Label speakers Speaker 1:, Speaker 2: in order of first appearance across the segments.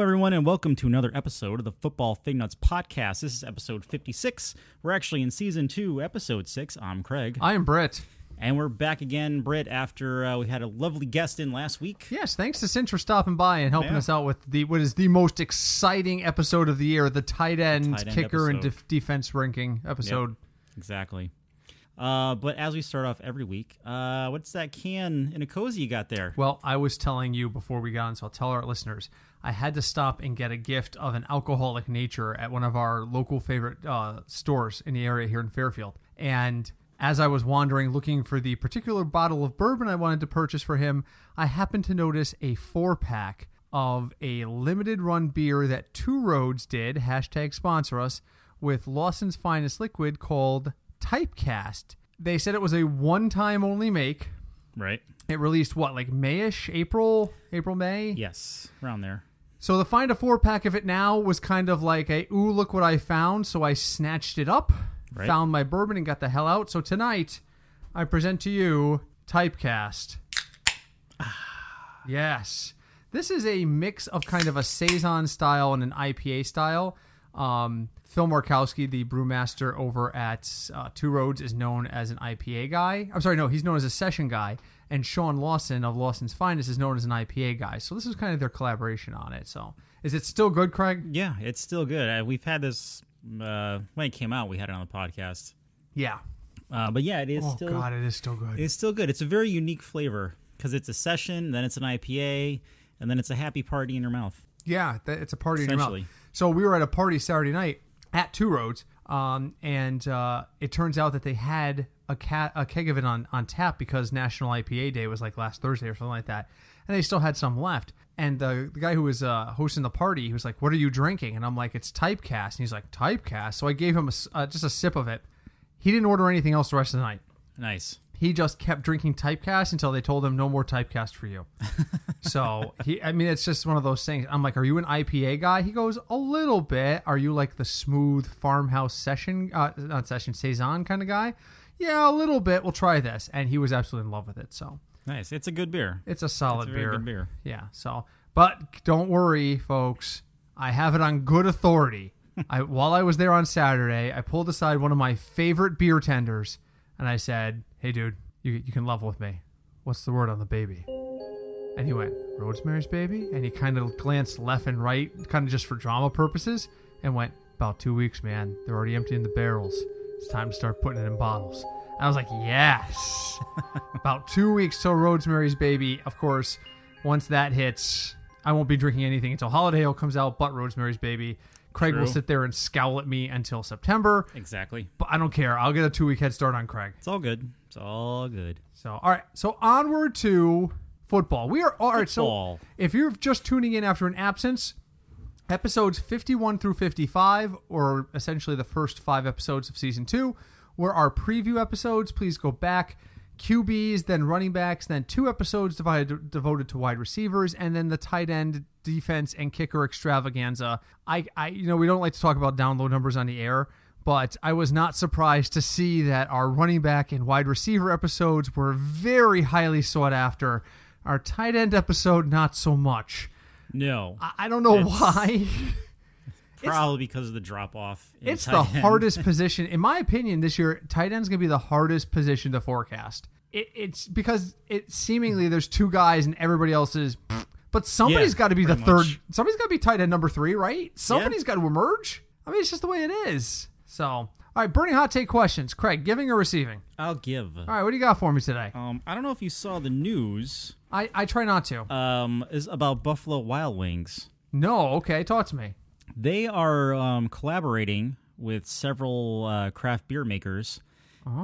Speaker 1: everyone, and welcome to another episode of the Football Thing Nuts podcast. This is episode 56. We're actually in season two, episode six. I'm Craig,
Speaker 2: I am Brett.
Speaker 1: and we're back again, Britt, after uh, we had a lovely guest in last week.
Speaker 2: Yes, thanks to Cinch for stopping by and helping
Speaker 1: Yeah.
Speaker 2: us out with the what is the most exciting episode of the year, the tight end,
Speaker 1: tight end
Speaker 2: kicker and
Speaker 1: episode.
Speaker 2: def- defense ranking episode.
Speaker 1: Exactly. Uh, but as we start off every week, uh, what's that can in a cozy you got there?
Speaker 2: Well, I was telling you before we got on, so I'll tell our listeners. I had to stop and get a gift of an alcoholic nature at one of our local favorite uh, stores in the area here in Fairfield. And as I was wandering looking for the particular bottle of bourbon I wanted to purchase for him, I happened to notice a four pack of a limited run beer that Two Roads did, hashtag sponsor us, with Lawson's Finest Liquid called Typecast. They said it was a one time only make
Speaker 1: Right.
Speaker 2: it released what like mayish april april may
Speaker 1: Yes, around there.
Speaker 2: so the find a four pack of it now was kind of like a ooh look what i found so i snatched it up
Speaker 1: Right.
Speaker 2: found my bourbon and got the hell out so tonight i present to you typecast yes this is a mix of kind of a saison style and an ipa style um, phil markowski the brewmaster over at uh, two roads is known as an ipa guy i'm sorry no he's known as a session guy and sean lawson of lawson's finest is known as an ipa guy so this is kind of their collaboration on it so is it still good craig
Speaker 1: Yeah, it's still good. Uh, we've had this uh, when it came out. We had it on the podcast.
Speaker 2: yeah
Speaker 1: Uh, but yeah, it is
Speaker 2: oh
Speaker 1: still
Speaker 2: god it is still good
Speaker 1: It's still good. It's a very unique flavor because it's a session, then it's an IPA, and then it's a happy party in your mouth.
Speaker 2: Yeah, th- it's a party in your mouth.
Speaker 1: Essentially.
Speaker 2: So we were at a party Saturday night at Two Roads, um, and uh, it turns out that they had a, ca- a keg of it on, on tap because National IPA Day was like last Thursday or something like that, and they still had some left. And the, the guy who was uh, hosting the party, he was like, "What are you drinking?" And I'm like, "It's Typecast," and he's like, "Typecast." So I gave him a s uh, just a sip of it. He didn't order anything else the rest of the night
Speaker 1: Nice.
Speaker 2: he just kept drinking typecast until they told him no more typecast for you. so he, I mean, it's just one of those things. I'm like, are you an IPA guy? He goes, a little bit. Are you like the smooth farmhouse session, uh, not session saison kind of guy? Yeah, a little bit. We'll try this, and he was absolutely in love with it. So
Speaker 1: Nice. It's a good beer.
Speaker 2: it's a solid
Speaker 1: It's a very
Speaker 2: beer.
Speaker 1: good beer.
Speaker 2: Yeah. So, but don't worry, folks. I have it on good authority. I, while I was there on Saturday, I pulled aside one of my favorite beer tenders, and I said, "Hey, dude, you you can level with me. What's the word on the baby?" And he went, "Rosemary's Baby," and he kind of glanced left and right, kind of just for drama purposes, and went, "About two weeks, man. They're already emptying the barrels. It's time to start putting it in bottles." And I was like, "Yes." about two weeks till Rosemary's Baby. Of course, once that hits, I won't be drinking anything until Holiday Hill comes out, but Rosemary's Baby. Craig will
Speaker 1: True.
Speaker 2: sit there and scowl at me until September,
Speaker 1: Exactly.
Speaker 2: but I don't care. I'll get a two week head start on Craig.
Speaker 1: It's all good. It's all good.
Speaker 2: So, all right. So, onward to football. We are all right.
Speaker 1: Football.
Speaker 2: So, if you're just tuning in after an absence, episodes 51 through 55, or essentially the first five episodes of season two, were our preview episodes. Please go back. QBs, then running backs, then two episodes divided, devoted to wide receivers, and then the tight end defense and kicker extravaganza. I, I, you know, we don't like to talk about download numbers on the air, but I was not surprised to see that our running back and wide receiver episodes were very highly sought after. Our tight end episode, not so much.
Speaker 1: No.
Speaker 2: I- I don't know
Speaker 1: It's-
Speaker 2: why.
Speaker 1: probably because of the drop off.
Speaker 2: It's the hardest position, in my opinion, this year. Tight end's gonna be the hardest position to forecast. It, it's because it seemingly there's two guys and everybody else is, but somebody's
Speaker 1: Yeah,
Speaker 2: got to be the
Speaker 1: pretty
Speaker 2: third.
Speaker 1: much.
Speaker 2: Somebody's got to be tight end number three, right? Somebody's got to emerge. I mean, it's just the way it is. So, all right, burning hot take questions. Craig, giving or receiving?
Speaker 1: I'll give.
Speaker 2: All right, what do you got for me today?
Speaker 1: Um, I don't know if you saw the news
Speaker 2: I I try not to.
Speaker 1: um, is about Buffalo Wild Wings.
Speaker 2: no, okay, talk to me.
Speaker 1: They are um, collaborating with several uh, craft beer makers,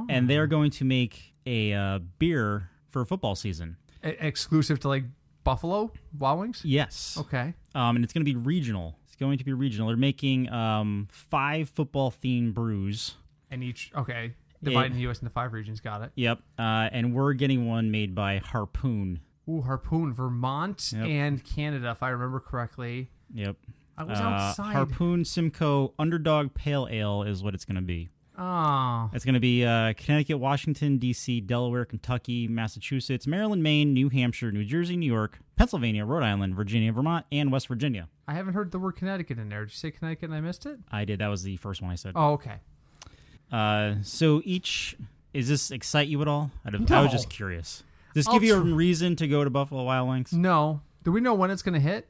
Speaker 1: and they're
Speaker 2: Ah.
Speaker 1: going to make a uh, beer for football season.
Speaker 2: E- exclusive to like Buffalo Wild Wings.
Speaker 1: Yes.
Speaker 2: Okay.
Speaker 1: um, and it's going to be regional. It's going to be regional. They're making um, five football themed brews.
Speaker 2: And each okay, dividing the U.S. into five regions. Got it.
Speaker 1: Yep, uh, and we're getting one made by Harpoon.
Speaker 2: Ooh, Harpoon, Vermont
Speaker 1: Yep.
Speaker 2: and Canada, if I remember correctly.
Speaker 1: Yep,
Speaker 2: I was
Speaker 1: Uh,
Speaker 2: outside.
Speaker 1: Harpoon Simcoe Underdog Pale Ale is what it's going to be.
Speaker 2: Oh,
Speaker 1: It's going to be uh, Connecticut, Washington, D.C., Delaware, Kentucky, Massachusetts, Maryland, Maine, New Hampshire, New Jersey, New York, Pennsylvania, Rhode Island, Virginia, Vermont, and West Virginia.
Speaker 2: I haven't heard the word Connecticut in there. Did you say Connecticut and I missed it?
Speaker 1: I did. That was the first one I said.
Speaker 2: Oh, okay. Oh.
Speaker 1: Uh, so each is this excite you at all? I, don't- I
Speaker 2: No.
Speaker 1: was just curious. Does this
Speaker 2: I'll
Speaker 1: give you a
Speaker 2: tr- Mm.
Speaker 1: reason to go to Buffalo Wild Wings?
Speaker 2: No. Do we know when it's going to hit?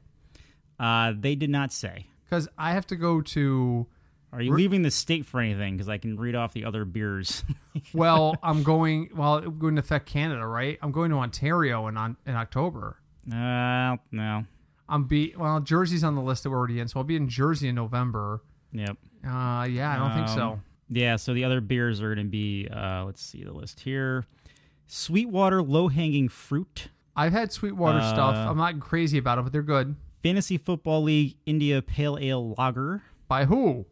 Speaker 1: Uh, they did not say.
Speaker 2: Because I have to go to.
Speaker 1: Are you leaving the state for anything? Because I can read off the other beers.
Speaker 2: Well, I'm going. Well, I'm going to affect Canada, right? I'm going to Ontario in on, in October.
Speaker 1: uh, no.
Speaker 2: I'm be well. Jersey's on the list that we're already in, so I'll be in Jersey in November.
Speaker 1: Yep.
Speaker 2: Uh, yeah, I don't think so.
Speaker 1: Um, Yeah, so the other beers are going to be, uh, let's see the list here Sweetwater Low Hanging Fruit,
Speaker 2: I've had Sweetwater stuff.
Speaker 1: uh,
Speaker 2: I'm not crazy about it, but they're good.
Speaker 1: Fantasy Football League India Pale Ale Lager,
Speaker 2: By who?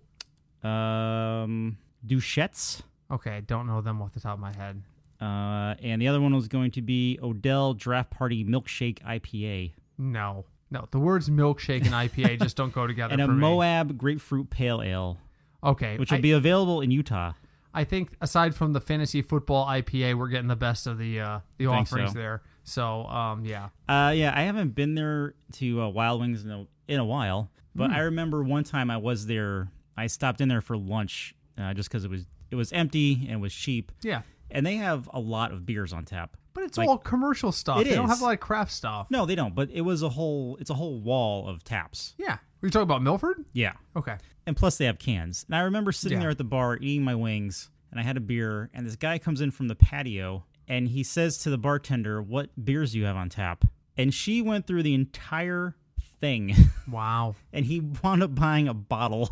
Speaker 1: um, Duchette's,
Speaker 2: Okay, I don't know them off the top of my head.
Speaker 1: uh, and the other one was going to be Odell Draft Party Milkshake IPA
Speaker 2: No, no. The words milkshake and IPA just don't go together
Speaker 1: and a
Speaker 2: for me.
Speaker 1: Moab Grapefruit Pale Ale,
Speaker 2: okay,
Speaker 1: which
Speaker 2: I,
Speaker 1: will be available in Utah.
Speaker 2: I think aside from the fantasy football IPA, we're getting the best of the uh, the
Speaker 1: Think so.
Speaker 2: offerings there. So, um, yeah.
Speaker 1: Uh, yeah, I haven't been there to uh, Wild Wings in a, in a while, but I remember one time I was there. I stopped in there for lunch uh, just because it was it was empty and it was cheap,
Speaker 2: Yeah.
Speaker 1: and they have a lot of beers on tap.
Speaker 2: But it's
Speaker 1: Like-
Speaker 2: all commercial stuff.
Speaker 1: It
Speaker 2: they don't
Speaker 1: is.
Speaker 2: have a lot of craft stuff.
Speaker 1: No, they don't. But it was a whole it's a whole wall of taps.
Speaker 2: Yeah. Were you talking about Milford?
Speaker 1: Yeah,
Speaker 2: Okay.
Speaker 1: and plus they have cans. And I remember sitting
Speaker 2: Yeah.
Speaker 1: there at the bar eating my wings, and I had a beer, and this guy comes in from the patio, and he says to the bartender, "What beers do you have on tap?" And she went through the entire thing.
Speaker 2: Wow.
Speaker 1: and he wound up buying a bottle.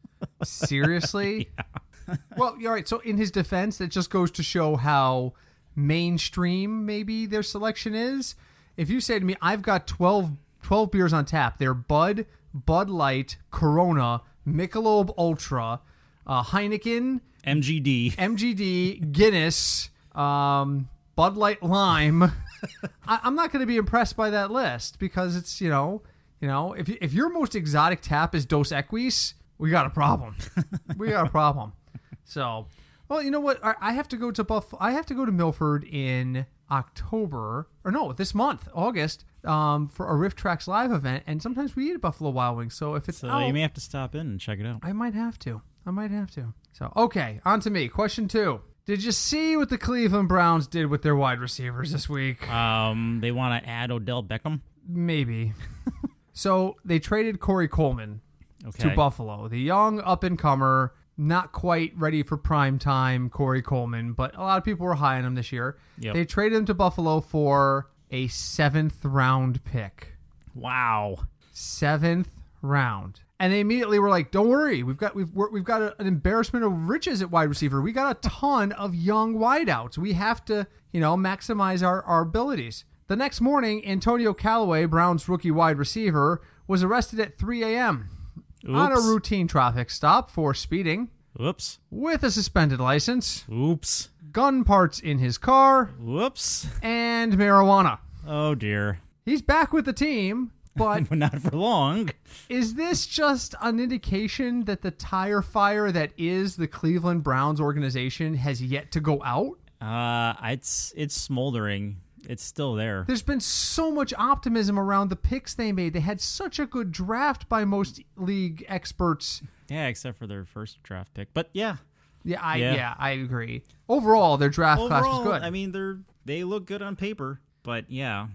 Speaker 2: Seriously? Well, yeah, all right. So, in his defense, that just goes to show how mainstream maybe their selection is. If you say to me, I've got 12, 12 beers on tap, they're Bud, Bud Light, Corona, Michelob Ultra, uh, Heineken,
Speaker 1: MGD.
Speaker 2: MGD, Guinness, um, Bud Light Lime. I, I'm not going to be impressed by that list because it's you know, you know, if you, if your most exotic tap is Dos Equis, we got a problem. we got a problem. So, well, you know what? I, I have to go to Buff. I have to go to Milford in October or no, this month, August, um, for a Rift Tracks live event, and sometimes we eat at Buffalo Wild Wings. So if it's
Speaker 1: So
Speaker 2: out,
Speaker 1: you may have to stop in and check it out.
Speaker 2: I might have to. I might have to. So, okay, on to me. Question two. Did you see what the Cleveland Browns did with their wide receivers this week?
Speaker 1: Um, they want to add Odell Beckham.
Speaker 2: Maybe. so, they traded Corey Coleman
Speaker 1: Okay.
Speaker 2: to Buffalo, the young up and comer, not quite ready for prime time Corey Coleman, but a lot of people were high on him this year.
Speaker 1: Yep.
Speaker 2: They traded him to Buffalo for a seventh round pick.
Speaker 1: Wow.
Speaker 2: seventh round. And they immediately were like, "Don't worry, we've got we've we're, we've got a- an embarrassment of riches at wide receiver. We got a ton of young wideouts. We have to, you know, maximize our our abilities." The next morning, Antonio Callaway, Brown's rookie wide receiver, was arrested at 3 a.m. on a
Speaker 1: Oops.
Speaker 2: routine traffic stop for speeding
Speaker 1: Whoops.
Speaker 2: with a suspended license,
Speaker 1: Oops.
Speaker 2: gun parts in his car,
Speaker 1: Whoops.
Speaker 2: and marijuana.
Speaker 1: Oh dear.
Speaker 2: He's back with the team, but
Speaker 1: But not for long.
Speaker 2: Is this just an indication that the tire fire that is the Cleveland Browns organization has yet to go out?
Speaker 1: Uh, it's it's smoldering. It's still there.
Speaker 2: There's been so much optimism around the picks they made. They had such a good draft by most league experts.
Speaker 1: Yeah, except for their first draft pick. But yeah,
Speaker 2: Yeah, I yeah,
Speaker 1: Yeah.
Speaker 2: I agree. Overall, their draft class was
Speaker 1: overall,
Speaker 2: good.
Speaker 1: I mean, they're they look good on paper. But yeah,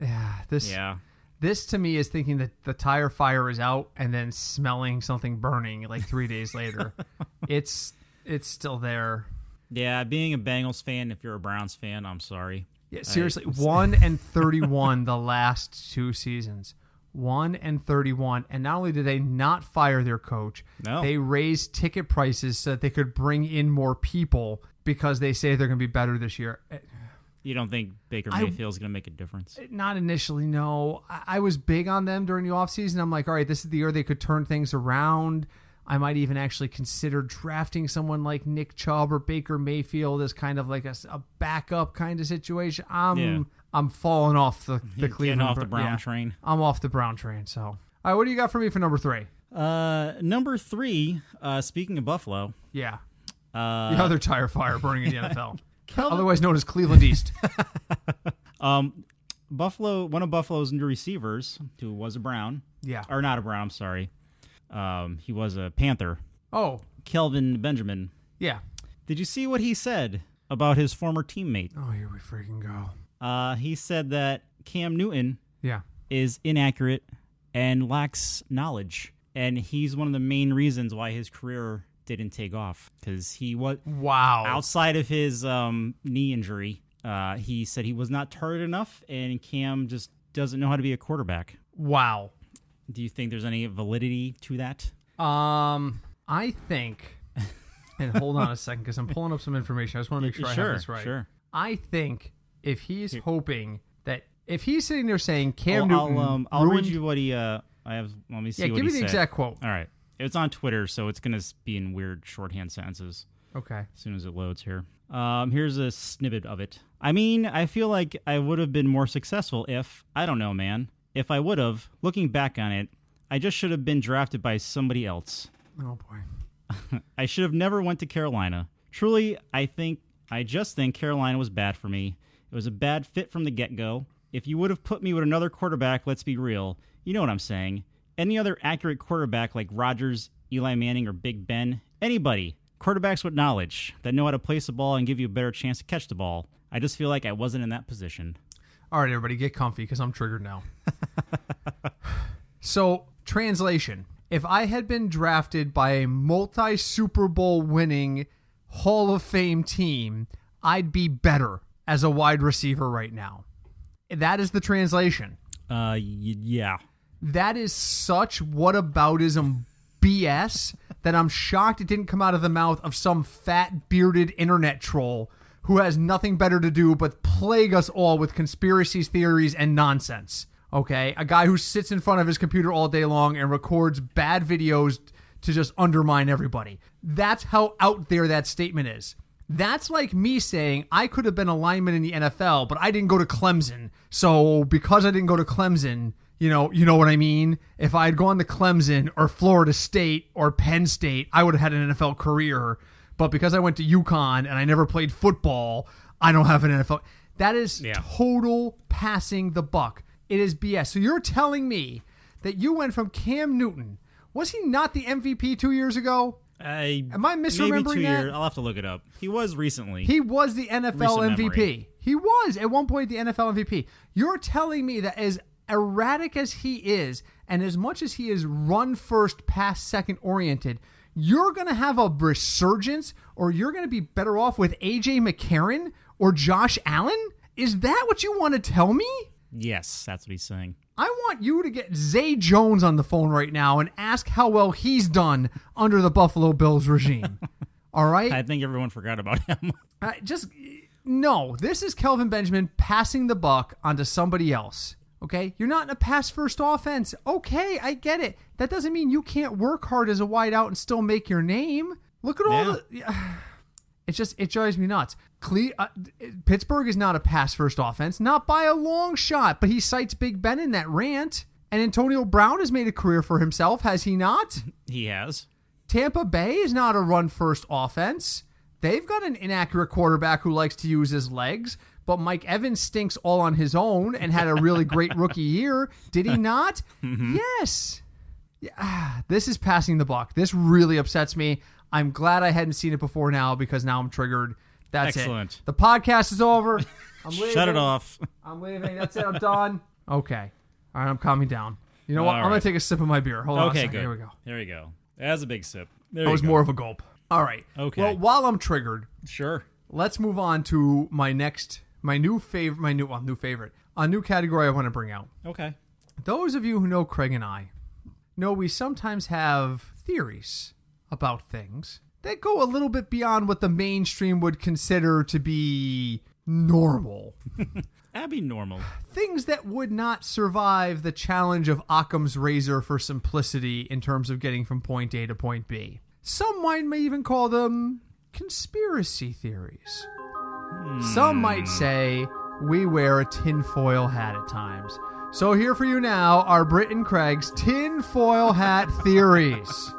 Speaker 2: yeah, this
Speaker 1: yeah.
Speaker 2: this to me is thinking that the tire fire is out and then smelling something burning like 3 days later. it's it's still there.
Speaker 1: Yeah, being a Bengals fan, if you're a Browns fan, I'm sorry.
Speaker 2: Yeah, seriously, one and thirty-one the last two seasons. One and thirty-one, and not only did they not fire their coach,
Speaker 1: No.
Speaker 2: they raised ticket prices so that they could bring in more people because they say they're going to be better this year. Eh,
Speaker 1: You don't think Baker Mayfield's going to make a difference?
Speaker 2: Not initially, no. I, I was big on them during the offseason. I'm like, all right, this is the year they could turn things around. I might even actually consider drafting someone like Nick Chubb or Baker Mayfield as kind of like a, s- a backup kind of situation. I'm
Speaker 1: Yeah.
Speaker 2: I'm falling off the, the
Speaker 1: Getting
Speaker 2: Cleveland
Speaker 1: off the
Speaker 2: Bro-
Speaker 1: Brown
Speaker 2: yeah.
Speaker 1: train.
Speaker 2: I'm off the Brown train. So, all right, what do you got for me for number three?
Speaker 1: Uh, number three. Uh, speaking of Buffalo,
Speaker 2: Yeah,
Speaker 1: Uh,
Speaker 2: The other tire fire burning in the NFL, otherwise known as Cleveland East.
Speaker 1: Um, Buffalo, one of Buffalo's new receivers, who was a Brown,
Speaker 2: yeah.
Speaker 1: or not a Brown, I'm sorry. Um, he was a Panther.
Speaker 2: Oh,
Speaker 1: Kelvin Benjamin.
Speaker 2: yeah.
Speaker 1: Did you see what he said about his former teammate?
Speaker 2: Oh, here we freaking go.
Speaker 1: Uh, he said that Cam Newton
Speaker 2: Yeah.
Speaker 1: is inaccurate and lacks knowledge, and he's one of the main reasons why his career didn't take off because he was
Speaker 2: Wow.
Speaker 1: outside of his um, knee injury. Uh, he said he was not targeted enough, and Cam just doesn't know how to be a quarterback.
Speaker 2: Wow.
Speaker 1: Do you think there's any validity to that?
Speaker 2: Um, I think. And hold on a second, because I'm pulling up some information. I just want to make sure, I have this right.
Speaker 1: sure.
Speaker 2: I think if he's hoping that if he's sitting there saying Cam
Speaker 1: I'll,
Speaker 2: Newton
Speaker 1: I'll, um, I'll read
Speaker 2: ruined,
Speaker 1: you what he. Uh, I have. Let me see.
Speaker 2: yeah,
Speaker 1: what he
Speaker 2: give me the
Speaker 1: said.
Speaker 2: exact quote.
Speaker 1: All right, it's on Twitter, so it's gonna be in weird shorthand sentences.
Speaker 2: Okay.
Speaker 1: as soon as it loads here. Um, here's a snippet of it. I mean, I feel like I would have been more successful if, I don't know, man. If I would have, looking back on it, I just should have been drafted by somebody else.
Speaker 2: Oh boy.
Speaker 1: I should have never went to Carolina. Truly, I think I just think Carolina was bad for me. It was a bad fit from the get-go. If you would have put me with another quarterback, let's be real, you know what I'm saying. Any other accurate quarterback like Rodgers, Eli Manning, or Big Ben, anybody, quarterbacks with knowledge that know how to place the ball and give you a better chance to catch the ball. I just feel like I wasn't in that position.
Speaker 2: All right, everybody, get comfy because I'm triggered now. so, translation If I had been drafted by a multi Super Bowl winning Hall of Fame team, I'd be better as a wide receiver right now. That is the translation.
Speaker 1: Uh, y- yeah.
Speaker 2: That is such whataboutism BS that I'm shocked it didn't come out of the mouth of some fat bearded internet troll who has nothing better to do but plague us all with conspiracies, theories, and nonsense. Okay? A guy who sits in front of his computer all day long and records bad videos to just undermine everybody. That's how out there that statement is. That's like me saying I could have been a lineman in the NFL, but I didn't go to Clemson. So because I didn't go to Clemson, you know, you know what I mean. If I had gone to Clemson or Florida State or Penn State, I would have had an NFL career. But because I went to UConn and I never played football, I don't have an NFL. That is total passing the buck. It is BS. So you're telling me that you went from Cam Newton. Was he not the MVP two years ago?
Speaker 1: I
Speaker 2: Am I misremembering
Speaker 1: maybe two
Speaker 2: that?
Speaker 1: Years, I'll have to look it up. He was recently.
Speaker 2: He was the NFL
Speaker 1: Recent
Speaker 2: MVP.
Speaker 1: memory.
Speaker 2: He was at one point the NFL MVP. You're telling me that as erratic as he is, and as much as he is run first, pass second oriented, you're going to have a resurgence, or you're going to be better off with AJ McCarron or Josh Allen? Is that what you want to tell me?
Speaker 1: yes, that's what he's saying.
Speaker 2: I want you to get Zay Jones on the phone right now and ask how well he's done under the Buffalo Bills regime. All right?
Speaker 1: I think everyone forgot about him.
Speaker 2: Uh, just no. This is Kelvin Benjamin passing the buck onto somebody else. Okay, you're not in a pass first offense. Okay, I get it. That doesn't mean you can't work hard as a wideout and still make your name. Look at all
Speaker 1: Yeah.
Speaker 2: the. yeah. It just it drives me nuts. Cle- uh, Pittsburgh is not a pass first offense, not by a long shot. But he cites Big Ben in that rant, and Antonio Brown has made a career for himself, has he not?
Speaker 1: he has.
Speaker 2: Tampa Bay is not a run first offense. They've got an inaccurate quarterback who likes to use his legs, but Mike Evans stinks all on his own and had a really great rookie year. Did he not?
Speaker 1: Mm-hmm.
Speaker 2: Yes. Yeah, ah, this is passing the buck. This really upsets me. I'm glad I hadn't seen it before now because now I'm triggered. That's
Speaker 1: Excellent.
Speaker 2: it. The podcast is over. I'm leaving.
Speaker 1: Shut it off.
Speaker 2: I'm leaving. That's it. I'm done. Okay. All right. I'm calming down. You know what?
Speaker 1: All
Speaker 2: I'm going
Speaker 1: right.
Speaker 2: to take a sip of my beer. Hold on. a
Speaker 1: Okay,
Speaker 2: second.
Speaker 1: good.
Speaker 2: Oh, Here we go.
Speaker 1: There we go. That was a big sip. There
Speaker 2: That
Speaker 1: you
Speaker 2: was
Speaker 1: go.
Speaker 2: more of a gulp. All right.
Speaker 1: Okay.
Speaker 2: Well, while I'm triggered,
Speaker 1: sure.
Speaker 2: let's move on to my next, my new favorite, my new, well, new favorite, a new category I want to bring out.
Speaker 1: Okay.
Speaker 2: Those of you who know Craig and I know we sometimes have theories about things that go a little bit beyond what the mainstream would consider to be normal.
Speaker 1: Abby normal.
Speaker 2: Things that would not survive the challenge of Occam's razor for simplicity in terms of getting from point A to point B. Some might may even call them conspiracy theories. Some might say we wear a tinfoil hat at times. So here for you now are Brit and Craig's tinfoil hat theories.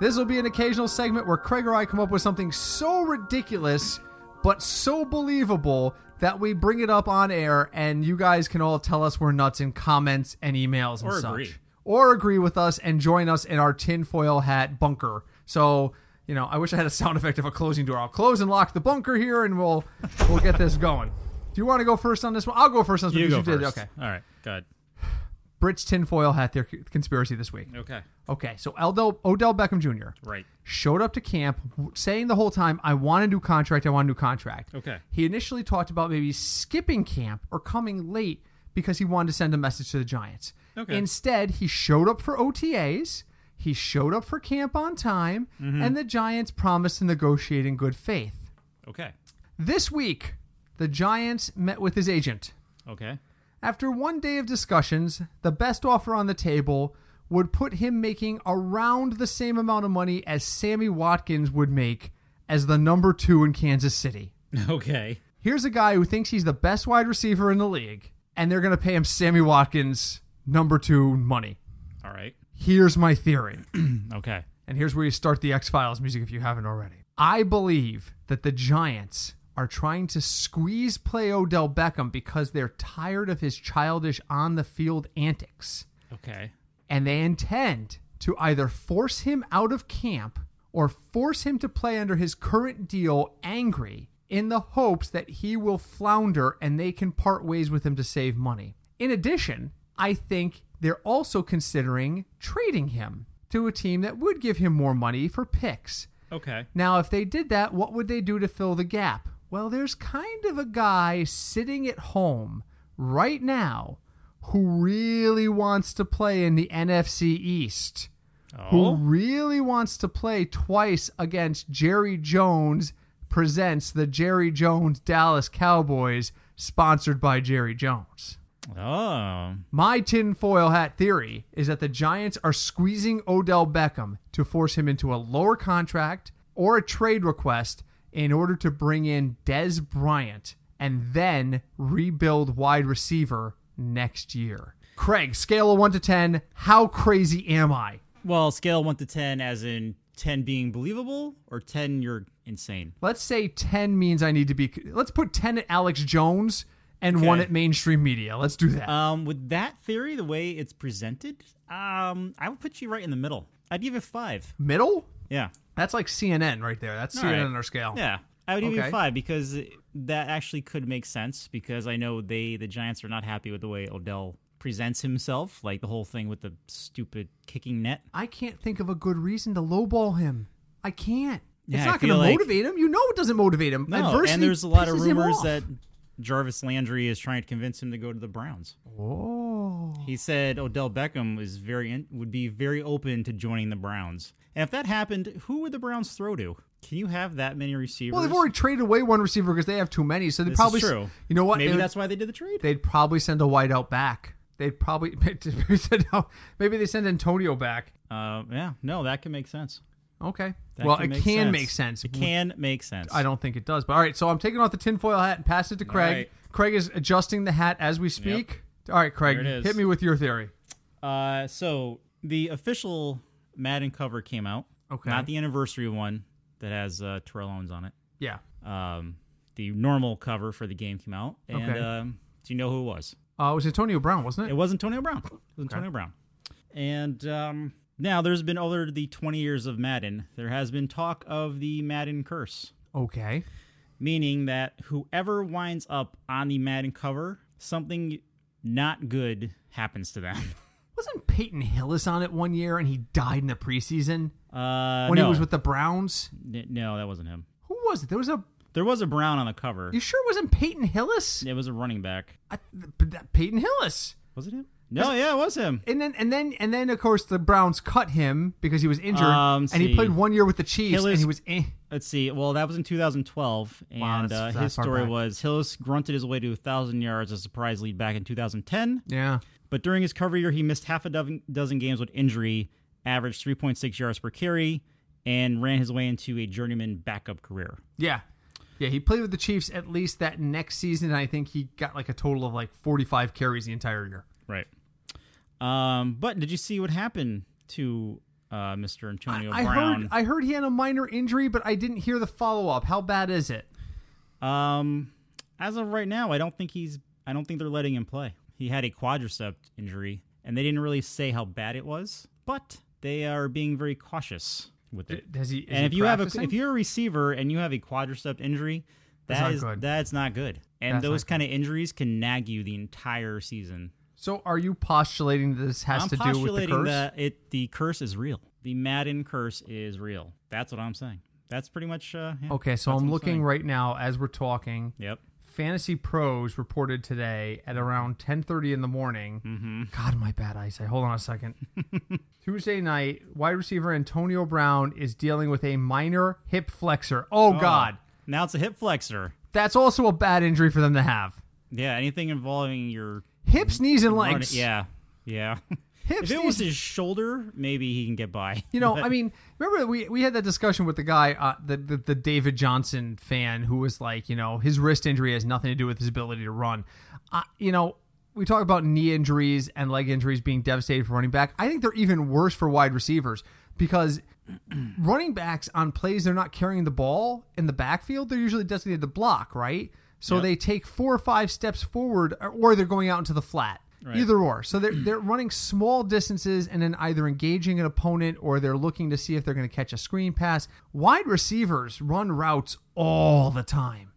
Speaker 2: This will be an occasional segment where Craig or I come up with something so ridiculous, but so believable that we bring it up on air, and you guys can all tell us we're nuts in comments and emails and
Speaker 1: Or
Speaker 2: such.
Speaker 1: agree.
Speaker 2: Or agree with us and join us in our tinfoil hat bunker. So, you know, I wish I had a sound effect of a closing door. I'll close and lock the bunker here, and we'll we'll get this going. Do you want to go first on this one? I'll go first on this
Speaker 1: You
Speaker 2: one
Speaker 1: go
Speaker 2: because you
Speaker 1: first.
Speaker 2: did. Okay.
Speaker 1: All right. Good.
Speaker 2: Brit's tinfoil hat their conspiracy this week.
Speaker 1: Okay.
Speaker 2: Okay, so Odell, Odell Beckham Jr.
Speaker 1: Right.
Speaker 2: showed up to camp w- saying the whole time, I want a new contract, I want a new contract.
Speaker 1: Okay.
Speaker 2: He initially talked about maybe skipping camp or coming late because he wanted to send a message to the Giants.
Speaker 1: Okay.
Speaker 2: Instead, he showed up for OTAs, he showed up for camp on time,
Speaker 1: Mm-hmm.
Speaker 2: and the Giants promised to negotiate in good faith.
Speaker 1: Okay.
Speaker 2: This week, the Giants met with his agent.
Speaker 1: Okay.
Speaker 2: After one day of discussions, the best offer on the table would put him making around the same amount of money as Sammy Watkins would make as the number two in Kansas City.
Speaker 1: Okay.
Speaker 2: Here's a guy who thinks he's the best wide receiver in the league, and they're going to pay him Sammy Watkins number two money.
Speaker 1: All right.
Speaker 2: Here's my theory.
Speaker 1: Okay.
Speaker 2: And here's where you start the X Files music if you haven't already. I believe that the Giants are trying to squeeze play Odell Beckham because they're tired of his childish on the field antics.
Speaker 1: Okay.
Speaker 2: And they intend to either force him out of camp or force him to play under his current deal angry in the hopes that he will flounder and they can part ways with him to save money. In addition, I think they're also considering trading him to a team that would give him more money for picks.
Speaker 1: Okay.
Speaker 2: Now, if they did that, what would they do to fill the gap? Well, there's kind of a guy sitting at home right now who really wants to play in the NFC East, who
Speaker 1: Oh.
Speaker 2: really wants to play twice against Jerry Jones presents the Jerry Jones Dallas Cowboys, sponsored by Jerry Jones.
Speaker 1: Oh.
Speaker 2: My tinfoil hat theory is that the Giants are squeezing Odell Beckham to force him into a lower contract or a trade request in order to bring in Des Bryant and then rebuild wide receiver next year. Craig, scale of 1 to 10, how crazy am I?
Speaker 1: Well, scale one to ten, as in ten being believable, or ten you're insane.
Speaker 2: Let's say 10 means I need to be. Let's put 10 at Alex Jones and 1
Speaker 1: Okay.
Speaker 2: at mainstream media. Let's do that.
Speaker 1: Um, with that theory, the way it's presented, um, I would put you right in the middle. I'd give it five.
Speaker 2: Middle?
Speaker 1: Yeah.
Speaker 2: That's like CNN right there. That's
Speaker 1: All
Speaker 2: CNN
Speaker 1: right.
Speaker 2: on our scale.
Speaker 1: Yeah. I would give
Speaker 2: Okay.
Speaker 1: you five because that actually could make sense because I know they the Giants are not happy with the way Odell presents himself, like the whole thing with the stupid kicking net.
Speaker 2: I can't think of a good reason to lowball him. I can't. it's
Speaker 1: Yeah, I
Speaker 2: not going to
Speaker 1: feel like-
Speaker 2: motivate him. You know it doesn't motivate him.
Speaker 1: No,
Speaker 2: Adversity
Speaker 1: and there's a lot of
Speaker 2: pisses him
Speaker 1: rumors
Speaker 2: off.
Speaker 1: that Jarvis Landry is trying to convince him to go to the Browns.
Speaker 2: Whoa.
Speaker 1: He said Odell Beckham is very in, would be very open to joining the Browns. And if that happened, who would the Browns throw to? Can you have that many receivers?
Speaker 2: Well, they've already traded away one receiver because they have too many. So they
Speaker 1: This
Speaker 2: probably
Speaker 1: is true.
Speaker 2: You know what?
Speaker 1: Maybe
Speaker 2: they would-
Speaker 1: that's why they did the trade.
Speaker 2: they'd probably send a wideout back. They'd probably maybe send out- maybe they send Antonio back.
Speaker 1: uh, yeah, no, that can make sense.
Speaker 2: Okay.
Speaker 1: That
Speaker 2: well,
Speaker 1: can
Speaker 2: it
Speaker 1: make
Speaker 2: can
Speaker 1: sense.
Speaker 2: make sense.
Speaker 1: It can make sense.
Speaker 2: I don't think it does. But all right, so I'm taking off the tinfoil hat and pass it to Craig.
Speaker 1: right.
Speaker 2: Craig is adjusting the hat as we speak. All right, Craig,
Speaker 1: There it is.
Speaker 2: hit me with your theory.
Speaker 1: Uh, so the official Madden cover came out.
Speaker 2: Okay.
Speaker 1: Not the anniversary one that has uh, Terrell Owens on it.
Speaker 2: Yeah.
Speaker 1: Um, the normal cover for the game came out. And
Speaker 2: Okay.
Speaker 1: um, do you know who it was?
Speaker 2: Uh, it was Antonio Brown, wasn't it?
Speaker 1: It was Antonio Brown. It was Antonio Brown. And um, now there's been over the 20 years of Madden, there has been talk of the Madden curse,
Speaker 2: Okay.
Speaker 1: meaning that whoever winds up on the Madden cover, something not good happens to them.
Speaker 2: Wasn't Peyton Hillis on it one year and he died in the preseason
Speaker 1: Uh,
Speaker 2: when
Speaker 1: no.
Speaker 2: he was with the Browns?
Speaker 1: N- no, that wasn't him.
Speaker 2: Who was it? There was a.
Speaker 1: There was a Brown on the cover.
Speaker 2: You sure it wasn't Peyton Hillis?
Speaker 1: It was a running back.
Speaker 2: I, but that- Peyton Hillis.
Speaker 1: Was it him? No, yeah, it was him.
Speaker 2: And then and then and then of course the Browns cut him because he was injured
Speaker 1: Um,
Speaker 2: and he
Speaker 1: see.
Speaker 2: played one year with the Chiefs and
Speaker 1: Hillis-
Speaker 2: he was eh.
Speaker 1: Let's see. Well, that was in 2012, and
Speaker 2: Wow,
Speaker 1: uh,
Speaker 2: that's that
Speaker 1: his
Speaker 2: far
Speaker 1: story
Speaker 2: back.
Speaker 1: was Hillis grunted his way to 1,000 yards as a surprise lead back in 2010.
Speaker 2: yeah.
Speaker 1: But during his cover year, he missed half a dozen, dozen games with injury, averaged 3.6 yards per carry, and ran his way into a journeyman backup career.
Speaker 2: Yeah. Yeah, he played with the Chiefs at least that next season and I think he got like a total of like 45 carries the entire year.
Speaker 1: Right. Um, but did you see what happened to uh, Mr. Antonio
Speaker 2: I
Speaker 1: Brown.
Speaker 2: heard I heard he had a minor injury, but I didn't hear the follow up. How bad is it?
Speaker 1: um, as of right now, I don't think he's. I don't think they're letting him play. He had a quadricep injury, and they didn't really say how bad it was, but they are being very cautious with it.
Speaker 2: Does he? Is
Speaker 1: and
Speaker 2: he
Speaker 1: if you have a,
Speaker 2: practicing?
Speaker 1: if you're a receiver and you have a quadricep injury,
Speaker 2: That's
Speaker 1: that
Speaker 2: not
Speaker 1: is
Speaker 2: good.
Speaker 1: that's not good. And
Speaker 2: That's not
Speaker 1: those kind of injuries can nag you the entire season.
Speaker 2: so, are you postulating that this has
Speaker 1: I'm
Speaker 2: to do with the
Speaker 1: postulating
Speaker 2: curse?
Speaker 1: that it the curse is real. The Madden curse is real. That's what I'm saying. That's pretty much uh, yeah,
Speaker 2: Okay, so
Speaker 1: that's
Speaker 2: I'm
Speaker 1: what
Speaker 2: looking
Speaker 1: saying.
Speaker 2: right now as we're talking.
Speaker 1: Yep.
Speaker 2: Fantasy Pros reported today at around 10:30 in the morning. God, my bad eyesight. Hold on a second. Tuesday night, wide receiver Antonio Brown is dealing with a minor hip flexor. Oh, God,
Speaker 1: Now it's a hip flexor.
Speaker 2: that's also a bad injury for them to have.
Speaker 1: Yeah. Anything involving your
Speaker 2: Hips, knees, and
Speaker 1: run-
Speaker 2: legs.
Speaker 1: yeah, yeah. if
Speaker 2: hips,
Speaker 1: it
Speaker 2: knees,
Speaker 1: was his shoulder, maybe he can get by.
Speaker 2: You know, I mean, remember we, we had that discussion with the guy, uh, the, the the David Johnson fan, who was like, you know, his wrist injury has nothing to do with his ability to run. Uh, you know, we talk about knee injuries and leg injuries being devastating for running back. I think they're even worse for wide receivers because running backs on plays they're not carrying the ball in the backfield, they're usually designated to block, right? So they take four or five steps forward, or- or they're going out into the flat. Either or. So they're they're running small distances and then either engaging an opponent or they're looking to see if they're going to catch a screen pass. Wide receivers run routes all the time.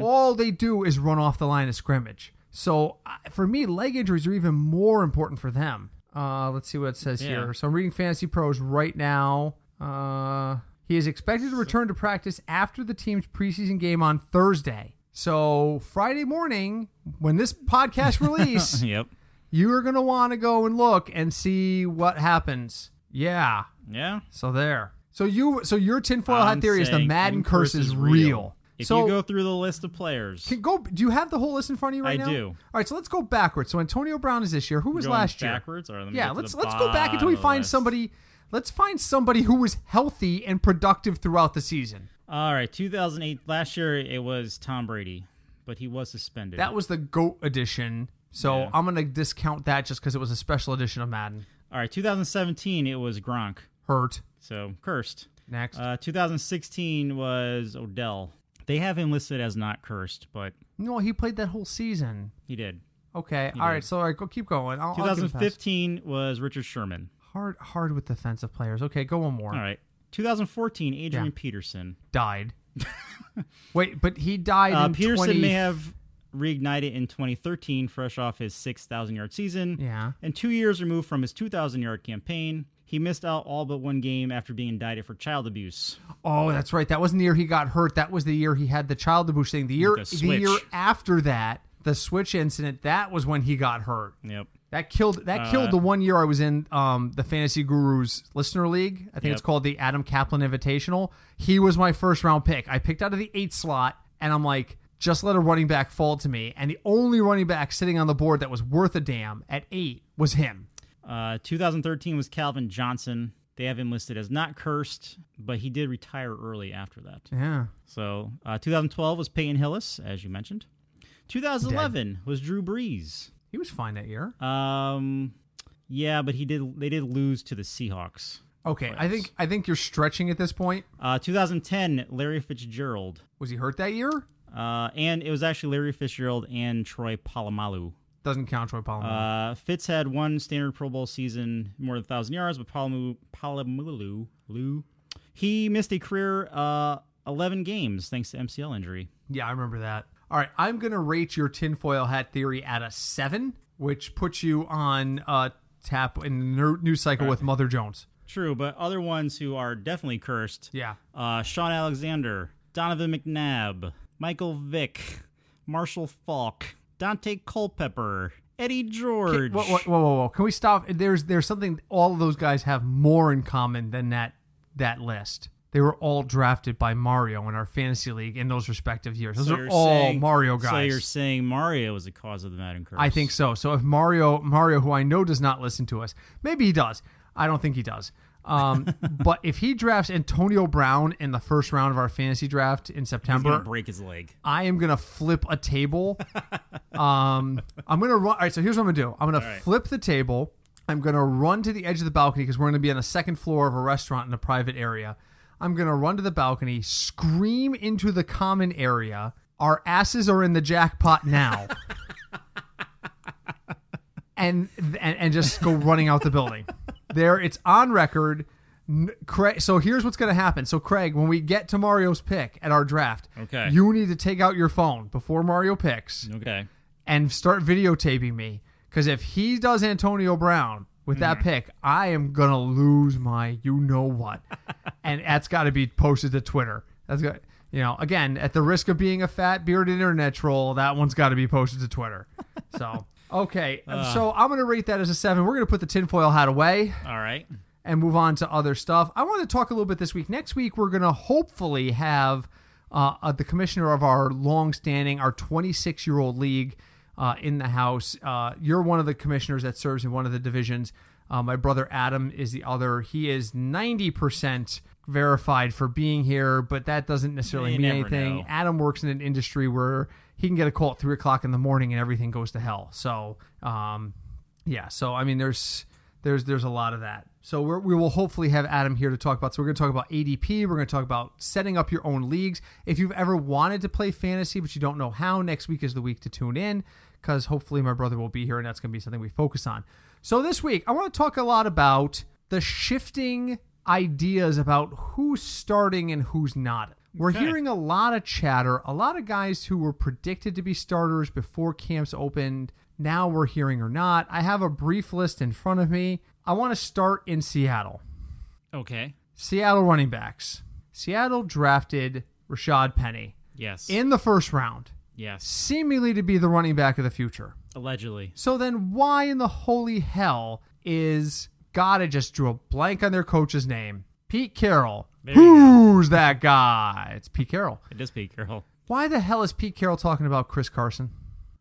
Speaker 2: All they do is run off the line of scrimmage. So I- for me, leg injuries are even more important for them. Uh, let's see what it says
Speaker 1: Yeah.
Speaker 2: here. So I'm reading Fantasy Pros right now. Uh, he is expected to return to practice after the team's preseason game on Thursday. So Friday morning, when this podcast release,
Speaker 1: yep.
Speaker 2: you are gonna want to go and look and see what happens. Yeah.
Speaker 1: Yeah.
Speaker 2: So there. So you. So your tinfoil hat
Speaker 1: I'm
Speaker 2: theory is the
Speaker 1: saying
Speaker 2: Madden curse is real.
Speaker 1: If
Speaker 2: so
Speaker 1: you go through the list of players,
Speaker 2: can go. Do you have the whole list in front of you right
Speaker 1: I
Speaker 2: now?
Speaker 1: do.
Speaker 2: All right. So let's go backwards. So Antonio Brown is this year. Who was
Speaker 1: going
Speaker 2: last year?
Speaker 1: backwards, or let me
Speaker 2: Yeah.
Speaker 1: get to
Speaker 2: Let's
Speaker 1: the
Speaker 2: let's go back until we
Speaker 1: bottom of the
Speaker 2: find
Speaker 1: list.
Speaker 2: somebody. Let's find somebody who was healthy and productive throughout the season.
Speaker 1: All right, 2008. Last year it was Tom Brady, but he was suspended.
Speaker 2: That was the goat edition. So
Speaker 1: Yeah.
Speaker 2: I'm gonna discount that just because it was a special edition of Madden.
Speaker 1: All right, 2017 it was Gronk,
Speaker 2: Hurt.
Speaker 1: so cursed.
Speaker 2: Next.
Speaker 1: Uh, 2016 was Odell. They have him listed as not cursed, but
Speaker 2: no, he played that whole season.
Speaker 1: he did.
Speaker 2: Okay. All right. So all right, go keep going. I'll, I'll give him a pass.
Speaker 1: 2015 was Richard Sherman.
Speaker 2: Hard, hard with defensive players. Okay, go one more.
Speaker 1: All right. 2014, Adrian
Speaker 2: Yeah.
Speaker 1: Peterson.
Speaker 2: Died. Wait, but he died.
Speaker 1: Uh,
Speaker 2: in
Speaker 1: Peterson
Speaker 2: 20...
Speaker 1: may have reignited in 2013, fresh off his 6,000 yard season.
Speaker 2: Yeah.
Speaker 1: And two years removed from his 2,000 yard campaign, he missed out all but one game after being indicted for child abuse.
Speaker 2: Oh, that's right. That wasn't the year he got hurt. That was the year he had the child abuse thing. The year,
Speaker 1: the
Speaker 2: the year
Speaker 1: switch.
Speaker 2: after that, the switch incident. That was when he got hurt.
Speaker 1: Yep.
Speaker 2: That killed. That killed the one year I was in um, the Fantasy Gurus Listener League. I think it's
Speaker 1: Yep.
Speaker 2: called the Adam Kaplan Invitational. He was my first round pick. I picked out of the eight slot, and I'm like, just let a running back fall to me. And the only running back sitting on the board that was worth a damn at eight was him.
Speaker 1: Uh, 2013 was Calvin Johnson. They have him listed as not cursed, but he did retire early after that.
Speaker 2: Yeah.
Speaker 1: So uh, 2012 was Peyton Hillis, as you mentioned. 2011 was Drew Brees.
Speaker 2: He was fine that year.
Speaker 1: Um, yeah, but he did. They did lose to the Seahawks.
Speaker 2: Okay, I think I think you're stretching at this point.
Speaker 1: Uh, 2010, Larry Fitzgerald,
Speaker 2: Was he hurt that year?
Speaker 1: uh, and it was actually Larry Fitzgerald and Troy Polamalu.
Speaker 2: Doesn't count Troy Polamalu.
Speaker 1: Uh, Fitz had one standard Pro Bowl season, more than thousand yards, but Palamu, Palamulu, Lou, he missed a career uh, 11 games thanks to MCL injury.
Speaker 2: yeah, I remember that. All right, I'm gonna rate your tinfoil hat theory at a seven, which puts you on uh, tap in the ner- news cycle with Mother Jones.
Speaker 1: True, but other ones who are definitely cursed:
Speaker 2: Yeah,
Speaker 1: uh, Sean Alexander, Donovan McNabb, Michael Vick, Marshall Falk, Dante Culpepper, Eddie George.
Speaker 2: Whoa, whoa, whoa, whoa, whoa! Can we stop? There's there's something all of those guys have more in common than that that list. They were all drafted by Mario in our fantasy league in those respective years. Those
Speaker 1: So
Speaker 2: are
Speaker 1: you're
Speaker 2: all
Speaker 1: saying-
Speaker 2: Mario
Speaker 1: So
Speaker 2: guys.
Speaker 1: you're saying Mario was the cause of the Madden curse?
Speaker 2: I think so. So if Mario Mario, who I know does not listen to us, maybe he does. I don't think he does. Um, but if he drafts Antonio Brown in the first round of our fantasy draft in
Speaker 1: He's gonna
Speaker 2: September,
Speaker 1: break his leg.
Speaker 2: I am gonna flip a table. um, I'm gonna run. All right, so here's what I'm gonna do. I'm gonna flip the table. I'm going to run to the edge of the balcony because we're going to be on the second floor of a restaurant in a private area. I'm going to run to the balcony, scream into the common area. Our asses are in the jackpot now. and, and and just go running out the building. There, it's on record. N- Craig, so here's what's going to happen. So Craig, when we get to Mario's pick at our draft,
Speaker 1: Okay.
Speaker 2: you need to take out your phone before Mario picks
Speaker 1: Okay.
Speaker 2: and start videotaping me. Because if he does Antonio Brown with that pick, I am gonna lose my you know what, and that's got to be posted to Twitter. That's got you know again at the risk of being a fat bearded internet troll, that one's got to be posted to Twitter. So okay, um, so I'm gonna rate that as a seven. We're gonna put the tinfoil hat away
Speaker 1: All right.
Speaker 2: and move on to other stuff. I want to talk a little bit this week. Next week, we're going to hopefully have uh, uh, the commissioner of our longstanding, our 26 year old league uh, in the house. Uh, you're one of the commissioners that serves in one of the divisions. Uh, my brother Adam is the other. He is 90% verified for being here, but that doesn't necessarily
Speaker 1: You
Speaker 2: mean
Speaker 1: never
Speaker 2: anything.
Speaker 1: know.
Speaker 2: Adam works in an industry where he can get a call at three o'clock in the morning and everything goes to hell. So, um, yeah. So I mean, there's there's there's a lot of that. So we're, we will hopefully have Adam here to talk about. So we're going to talk about ADP. We're going to talk about setting up your own leagues. If you've ever wanted to play fantasy but you don't know how, next week is the week to tune in because hopefully my brother will be here and that's going to be something we focus on. So this week I want to talk a lot about the shifting ideas about who's starting and who's not. We're
Speaker 1: Okay.
Speaker 2: hearing a lot of chatter, a lot of guys who were predicted to be starters before camps opened. Now we're hearing or not. I have a brief list in front of me. I want to start in Seattle.
Speaker 1: Okay.
Speaker 2: Seattle running backs. Seattle drafted Rashad Penny
Speaker 1: Yes.
Speaker 2: in the first round,
Speaker 1: yes.
Speaker 2: seemingly to be the running back of the future.
Speaker 1: Allegedly.
Speaker 2: So then, why in the holy hell is God? I just drew a blank on their coach's name, Pete Carroll.
Speaker 1: There you go.
Speaker 2: Who's that guy? It's Pete Carroll.
Speaker 1: It does peak, girl.
Speaker 2: Why the hell is Pete Carroll talking about Chris Carson?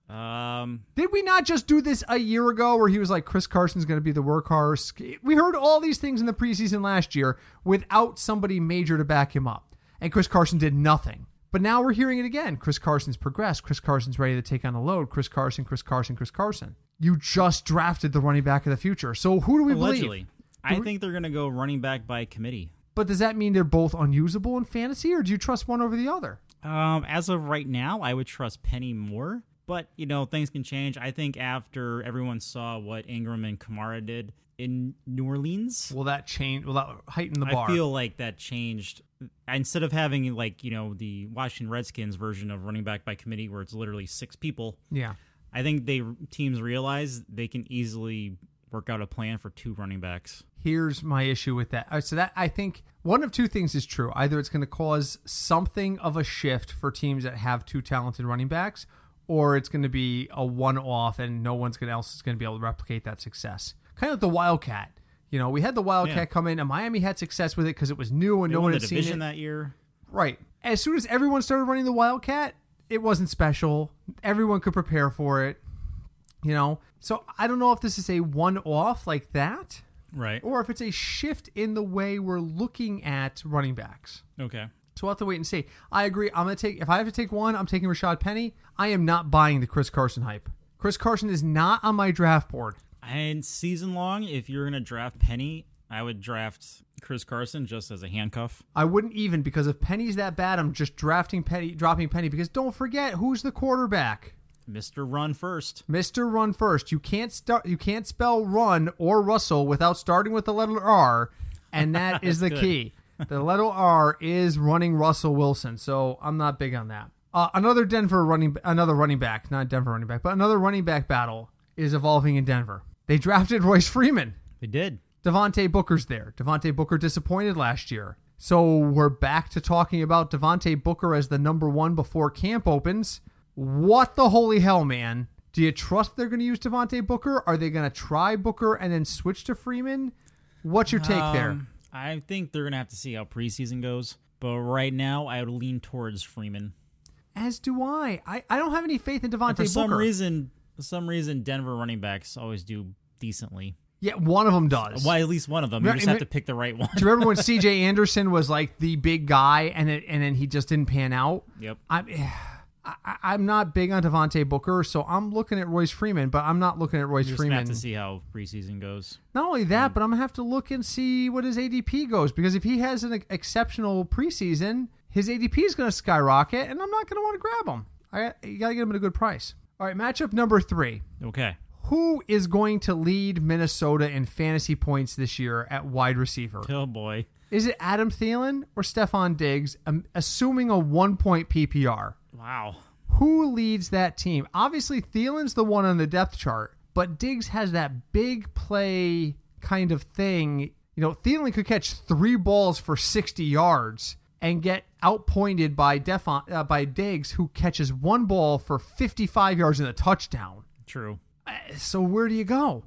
Speaker 1: Um.
Speaker 2: Did we not just do this a year ago where he was like, Chris Carson's going to be the workhorse? We heard all these things in the preseason last year without somebody major to back him up. And Chris Carson did nothing. But now we're hearing it again. Chris Carson's progressed. Chris Carson's ready to take on the load. Chris Carson, Chris Carson, Chris Carson. You just drafted the running back of the future. So who do we
Speaker 1: Allegedly.
Speaker 2: believe?
Speaker 1: I
Speaker 2: Do we-
Speaker 1: think they're going to go running back by committee.
Speaker 2: But does that mean they're both unusable in fantasy or do you trust one over the other?
Speaker 1: Um, as of right now, I would trust Penny more, but you know things can change. I think after everyone saw what Ingram and Kamara did in New Orleans,
Speaker 2: Will that change? Will that heighten the bar?
Speaker 1: I feel like that changed. Instead of having like you know the Washington Redskins version of running back by committee, where it's literally six people,
Speaker 2: yeah.
Speaker 1: I think they teams realize they can easily work out a plan for two running backs.
Speaker 2: here's my issue with that. Uh, So that I think one of two things is true. Either it's going to cause something of a shift for teams that have two talented running backs, or it's going to be a one-off and no one's going to else is going to be able to replicate that success. Kind of like the Wildcat. You know, we had the Wildcat
Speaker 1: Yeah.
Speaker 2: come in, and Miami had success with it because it was new and
Speaker 1: They
Speaker 2: no
Speaker 1: won
Speaker 2: one
Speaker 1: the
Speaker 2: had seen
Speaker 1: division
Speaker 2: it.
Speaker 1: that year.
Speaker 2: Right. As soon as everyone started running the Wildcat, it wasn't special. Everyone could prepare for it. You know, so I don't know if this is a one-off like that,
Speaker 1: Right.
Speaker 2: or if it's a shift in the way we're looking at running backs.
Speaker 1: Okay.
Speaker 2: So we'll have to wait and see. I agree. I'm gonna take if I have to take one, I'm taking Rashad Penny. I am not buying the Chris Carson hype. Chris Carson is not on my draft board.
Speaker 1: And season long, if you're going to draft Penny, I would draft Chris Carson just as a handcuff.
Speaker 2: I wouldn't even because if Penny's that bad, I'm just drafting Penny, dropping Penny because don't forget who's the quarterback.
Speaker 1: Mr. Run first.
Speaker 2: Mr. Run first. You can't start you can't spell run or Russell without starting with the letter R, and that is the
Speaker 1: Good.
Speaker 2: key. The letter R is running Russell Wilson, so I'm not big on that. Uh, another Denver running another running back, not Denver running back, but another running back battle is evolving in Denver. They drafted Royce Freeman.
Speaker 1: They did.
Speaker 2: Devontae Booker's there. Devontae Booker disappointed last year. So we're back to talking about Devontae Booker as the number one before camp opens. What the holy hell, man? Do you trust they're going to use Devontae Booker? Are they going to try Booker and then switch to Freeman? What's your take there?
Speaker 1: Um, I think they're going to have to see how preseason goes. But right now, I would lean towards Freeman.
Speaker 2: As do I. I, I don't have any faith in Devontae
Speaker 1: And for
Speaker 2: Booker.
Speaker 1: some reason, for some reason, Denver running backs always do decently.
Speaker 2: yeah, one of them does.
Speaker 1: Well, at least one of them.
Speaker 2: Right,
Speaker 1: You just
Speaker 2: and
Speaker 1: have to
Speaker 2: we-
Speaker 1: pick the right one.
Speaker 2: Do you remember when C.J. Anderson was like the big guy, and it, and then he just didn't pan out?
Speaker 1: Yep.
Speaker 2: I'm, I, I'm not big on Devontae Booker, so I'm looking at Royce Freeman, but I'm not looking at Royce
Speaker 1: Just
Speaker 2: Freeman.
Speaker 1: about to Mm-hmm. see how preseason goes.
Speaker 2: Not only that, but I'm gonna have to look and see what his ADP goes because if he has an exceptional preseason, his ADP is gonna skyrocket, and I'm not gonna want to grab him. I you gotta get him at a good price. All right, matchup number three.
Speaker 1: Okay.
Speaker 2: Who is going to lead Minnesota in fantasy points this year at wide receiver?
Speaker 1: Oh boy.
Speaker 2: Is it Adam Thielen or Stephon Diggs? Um, assuming a one point PPR,
Speaker 1: Wow.
Speaker 2: who leads that team? Obviously, Thielen's the one on the depth chart, but Diggs has that big play kind of thing. You know, Thielen could catch three balls for 60 yards and get outpointed by Defon, uh, by Diggs, who catches one ball for 55 yards and a touchdown.
Speaker 1: True.
Speaker 2: Uh, So where do you go?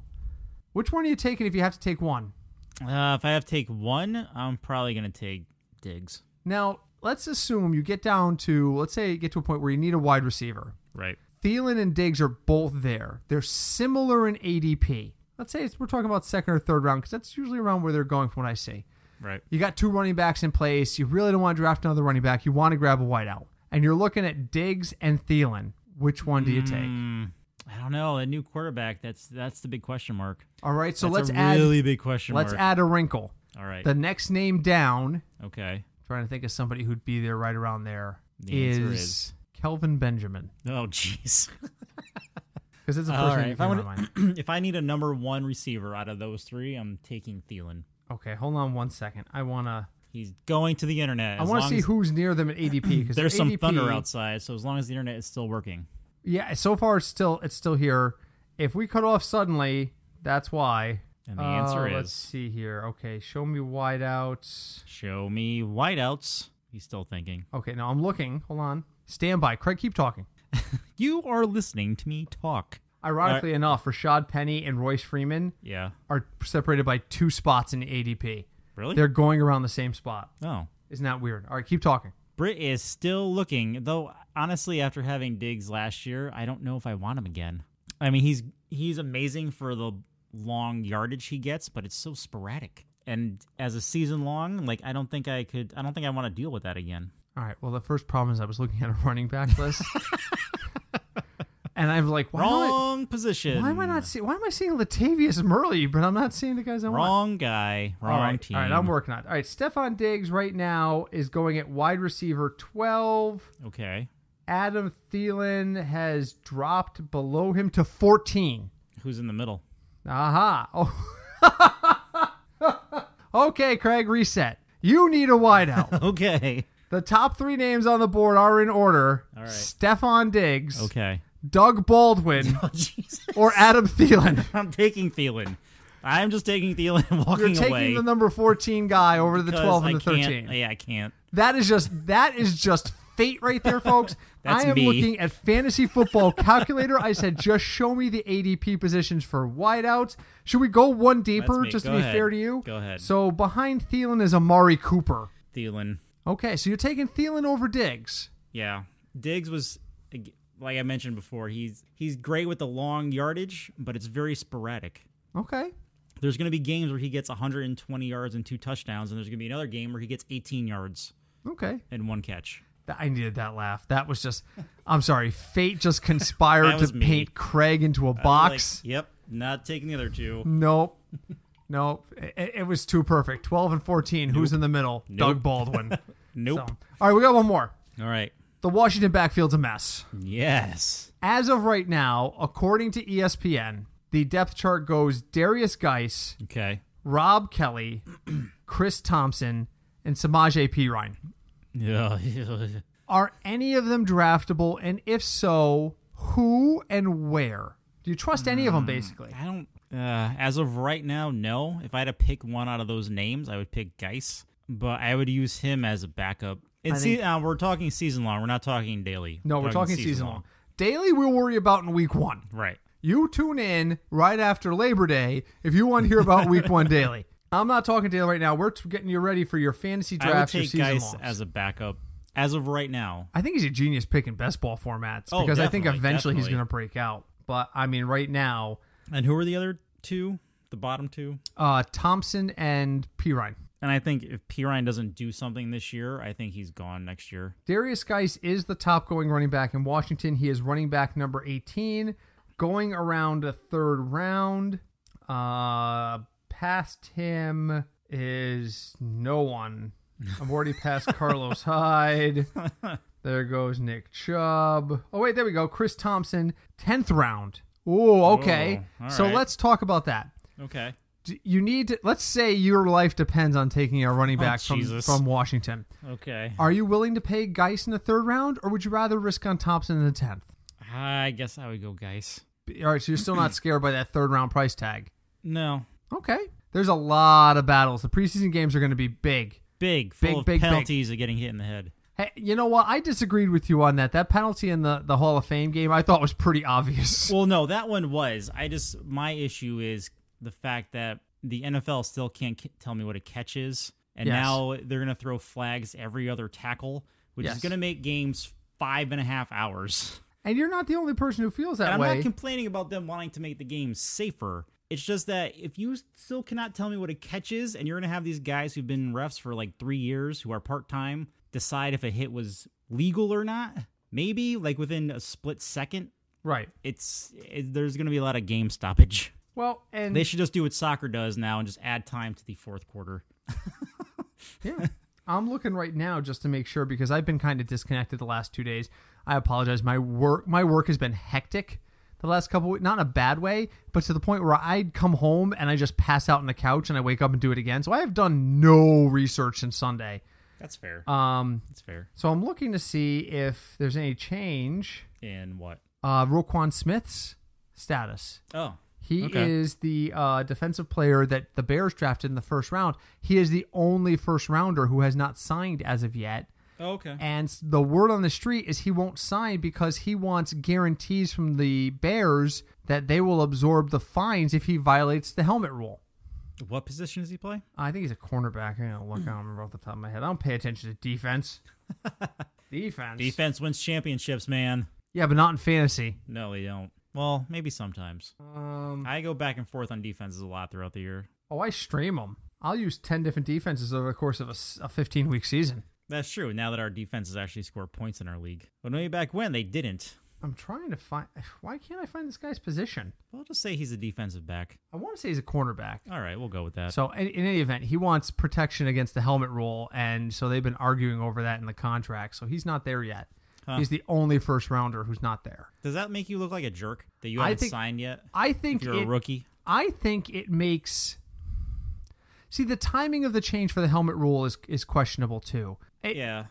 Speaker 2: Which one are you taking if you have to take one?
Speaker 1: Uh, if I have to take one, I'm probably gonna take Diggs.
Speaker 2: Now, let's assume you get down to, let's say, you get to a point where you need a wide receiver.
Speaker 1: Right.
Speaker 2: Thielen and Diggs are both there. They're similar in ADP. Let's say it's, we're talking about second or third round because that's usually around where they're going from what I see.
Speaker 1: Right.
Speaker 2: You got two running backs in place. You really don't want to draft another running back. You want to grab a wideout. And you're looking at Diggs and Thielen. Which one do you take?
Speaker 1: Mm, I don't know. A new quarterback. That's that's the big question mark.
Speaker 2: All right, so
Speaker 1: That's
Speaker 2: let's
Speaker 1: a
Speaker 2: add
Speaker 1: really big question
Speaker 2: let's
Speaker 1: mark.
Speaker 2: add a wrinkle.
Speaker 1: All right.
Speaker 2: The next name down,
Speaker 1: okay.
Speaker 2: trying to think of somebody who'd be there right around there, is
Speaker 1: The answer is-
Speaker 2: Kelvin Benjamin
Speaker 1: Oh jeez.
Speaker 2: because it's the
Speaker 1: All
Speaker 2: first
Speaker 1: right.
Speaker 2: name
Speaker 1: If
Speaker 2: that
Speaker 1: I,
Speaker 2: came to
Speaker 1: wanna-
Speaker 2: my mind.
Speaker 1: if I need a number one receiver out of those three, I'm taking Thielen.
Speaker 2: Okay, hold on one second. I wanna
Speaker 1: He's going to the internet.
Speaker 2: I
Speaker 1: as
Speaker 2: want to
Speaker 1: long
Speaker 2: see
Speaker 1: as-
Speaker 2: who's near them at ADP because
Speaker 1: There's some thunder outside, so as long as the internet is still working.
Speaker 2: Yeah, so far it's still it's still here. If we cut off suddenly, that's why.
Speaker 1: And the answer
Speaker 2: Uh,
Speaker 1: is-
Speaker 2: Let's see here. Okay, show me wideouts.
Speaker 1: Show me whiteouts. He's still thinking.
Speaker 2: Okay, now I'm looking. Hold on. Stand by, Craig. Keep talking.
Speaker 1: You are listening to me talk.
Speaker 2: Ironically enough, Rashad Penny and Royce Freeman
Speaker 1: Yeah.
Speaker 2: are separated by two spots in ADP.
Speaker 1: Really?
Speaker 2: They're going around the same spot.
Speaker 1: oh.
Speaker 2: Isn't that weird? All right, keep talking.
Speaker 1: Britt is still looking, though honestly, after having Diggs last year, I don't know if I want him again. I mean he's he's amazing for the long yardage he gets, but it's so sporadic. And as a season long, like I don't think I could I don't think I want to deal with that again.
Speaker 2: All right. Well, the first problem is I was looking at a running back list, and I'm like, why do I-
Speaker 1: Wrong position.
Speaker 2: Why am I not see? Why am I seeing Latavius Murley, but I'm not seeing the guys I want?
Speaker 1: Wrong guy, wrong
Speaker 2: all right,
Speaker 1: team.
Speaker 2: all right, I'm working on. it. All right, Stefan Diggs right now is going at wide receiver 12.
Speaker 1: Okay.
Speaker 2: Adam Thielen has dropped below him to 14.
Speaker 1: Who's in the middle?
Speaker 2: Aha! Oh, okay, Craig, reset. You need a wideout.
Speaker 1: Okay.
Speaker 2: the top three names on the board are in order:
Speaker 1: All right.
Speaker 2: Stefan Diggs,
Speaker 1: Okay.
Speaker 2: Doug Baldwin,
Speaker 1: Oh, Jesus.
Speaker 2: or Adam Thielen.
Speaker 1: I'm taking Thielen. I'm just taking Thielen and walking
Speaker 2: You're taking
Speaker 1: away.
Speaker 2: the number 14 guy over the
Speaker 1: 'cause
Speaker 2: 12 and
Speaker 1: I
Speaker 2: the 13.
Speaker 1: can't- Yeah, I can't.
Speaker 2: That is just that is just fate right there, folks.
Speaker 1: That's
Speaker 2: I am
Speaker 1: me.
Speaker 2: looking at fantasy football calculator. I said, just show me the ADP positions for wideouts. Should we go one deeper
Speaker 1: me.
Speaker 2: just to
Speaker 1: Go
Speaker 2: be
Speaker 1: ahead.
Speaker 2: fair to you?
Speaker 1: Go ahead.
Speaker 2: So behind Thielen is Amari Cooper.
Speaker 1: Thielen.
Speaker 2: Okay, so you're taking Thielen over Diggs.
Speaker 1: Yeah. Diggs was like I mentioned before, he's he's great with the long yardage, but it's very sporadic.
Speaker 2: Okay.
Speaker 1: There's going to be games where he gets 120 yards and two touchdowns, and there's going to be another game where he gets 18 yards
Speaker 2: Okay.
Speaker 1: and one catch.
Speaker 2: That- I needed that laugh. That was just I'm sorry, fate just conspired
Speaker 1: That was
Speaker 2: to
Speaker 1: me.
Speaker 2: paint Craig into a box.
Speaker 1: Like, yep, not taking the other
Speaker 2: Mm.
Speaker 1: two.
Speaker 2: Nope. Nope. It, it was too perfect. 12 and 14. Who's in the middle? Doug Baldwin.
Speaker 1: Nope.
Speaker 2: So- All right, we got one more.
Speaker 1: All right.
Speaker 2: The Washington backfield's a mess.
Speaker 1: Yes.
Speaker 2: As of right now, according to E ESPN, the depth chart goes Darius Geis,
Speaker 1: Okay.
Speaker 2: Rob Kelly, Chris Thompson, and Samaje P. Ryan.
Speaker 1: Yeah.
Speaker 2: Are any of them draftable? And if so, who and where? Do you trust any of them, basically?
Speaker 1: I don't. Uh, as of right now, no. If I had to pick one out of those names, I would pick Geis, but I would use him as a backup. And see, uh, we're talking season long. We're not talking daily.
Speaker 2: No, we're talking season long. Daily, we'll worry about in week one.
Speaker 1: Right.
Speaker 2: You tune in right after Labor Day if you want to hear about Week One daily. I'm not talking daily right now. We're t- getting you ready for your fantasy
Speaker 1: I would
Speaker 2: drafts, your
Speaker 1: take
Speaker 2: season
Speaker 1: Geis
Speaker 2: longs.
Speaker 1: as a backup as of right now.
Speaker 2: I think he's a genius pick in best ball formats
Speaker 1: Oh,
Speaker 2: because I think
Speaker 1: definitely,
Speaker 2: eventually he's
Speaker 1: definitely.
Speaker 2: going to break out. But I mean, right now,
Speaker 1: And who are the other two? The bottom two?
Speaker 2: uh, Thompson and Pirine.
Speaker 1: And I think if P Ryan doesn't do something this year, I think he's gone next year.
Speaker 2: Darius Geis is the top going running back in Washington. He is running back number 18, going around a third round. Uh, past him is no one. I'm already past Carlos Hyde. There goes Nick Chubb. Oh, wait, there we go. Chris Thompson, 10th round. Ooh, okay.
Speaker 1: Oh, all
Speaker 2: so
Speaker 1: right.
Speaker 2: let's talk about that.
Speaker 1: Okay.
Speaker 2: D- You need to, let's say your life depends on taking a running back from,
Speaker 1: Oh, Jesus.
Speaker 2: from Washington.
Speaker 1: Okay.
Speaker 2: Are you willing to pay Geis in the third round, or would you rather risk on Thompson in the tenth?
Speaker 1: I guess I would go Geis.
Speaker 2: All right, so you're still not scared by that third round price tag.
Speaker 1: No.
Speaker 2: Okay. There's a lot of battles. The preseason games are going to be big.
Speaker 1: Big, full
Speaker 2: Big,
Speaker 1: of
Speaker 2: big, big.
Speaker 1: penalties of getting hit in the head.
Speaker 2: Hey, you know what? I disagreed with you on that. That penalty in the, the Hall of Fame game, I thought was pretty obvious.
Speaker 1: Well, no, that one was. I just my issue is the fact that the NFL still can't k- tell me what a catch is, and
Speaker 2: Yes.
Speaker 1: now they're gonna throw flags every other tackle, which
Speaker 2: Yes.
Speaker 1: is gonna make games five and a half hours.
Speaker 2: And you're not the only person who feels that
Speaker 1: And I'm
Speaker 2: way.
Speaker 1: not complaining about them wanting to make the game safer. It's just that if you still cannot tell me what a catch is, and you're gonna have these guys who've been refs for like three years who are part time decide if a hit was legal or not, maybe like within a split second.
Speaker 2: right.
Speaker 1: It's it, there's going to be a lot of game stoppage.
Speaker 2: Well, and
Speaker 1: They should just do what soccer does now and just add time to the fourth quarter.
Speaker 2: Yeah. I'm looking right now just to make sure because I've been kind of disconnected the last two days. I apologize. My work my work has been hectic the last couple weeks, not in a bad way, but to the point where I'd come home and I just pass out on the couch and I wake up and do it again. So I have done no research since Sunday.
Speaker 1: That's fair.
Speaker 2: Um,
Speaker 1: Uh, That's fair.
Speaker 2: so I'm looking to see if there's any change.
Speaker 1: In what?
Speaker 2: Uh, Roquan Smith's status.
Speaker 1: Oh,
Speaker 2: He
Speaker 1: Okay.
Speaker 2: is the uh, defensive player that the Bears drafted in the first round. He is the only first rounder who has not signed as of yet.
Speaker 1: oh okay.
Speaker 2: And s- the word on the street is he won't sign because he wants guarantees from the Bears that they will absorb the fines if he violates the helmet rule.
Speaker 1: What position does he play?
Speaker 2: I think he's a cornerback. I don't look. I don't remember off the top of my head. I don't pay attention to defense. defense.
Speaker 1: Defense wins championships, man.
Speaker 2: Yeah, but not in fantasy.
Speaker 1: No, they don't. Well, maybe sometimes.
Speaker 2: Um,
Speaker 1: I go back and forth on defenses a lot throughout the year.
Speaker 2: oh, I stream them. I'll use ten different defenses over the course of a s- a fifteen week season.
Speaker 1: That's true. Now that our defenses actually score points in our league, but way back when they didn't.
Speaker 2: I'm trying to find. Why can't I find this guy's position?
Speaker 1: We'll just say he's a defensive back.
Speaker 2: I want to say he's a cornerback.
Speaker 1: All right, we'll go with that.
Speaker 2: So in, in any event, he wants protection against the helmet rule, and so they've been arguing over that in the contract. So he's not there yet.
Speaker 1: Huh.
Speaker 2: He's the only first rounder who's not there.
Speaker 1: Does that make you look like a jerk that you
Speaker 2: I
Speaker 1: haven't
Speaker 2: think-
Speaker 1: signed yet?
Speaker 2: I
Speaker 1: If
Speaker 2: think
Speaker 1: you're a
Speaker 2: it,
Speaker 1: rookie.
Speaker 2: I think it makes. See the timing of the change for the helmet rule is is questionable too. It-
Speaker 1: Yeah.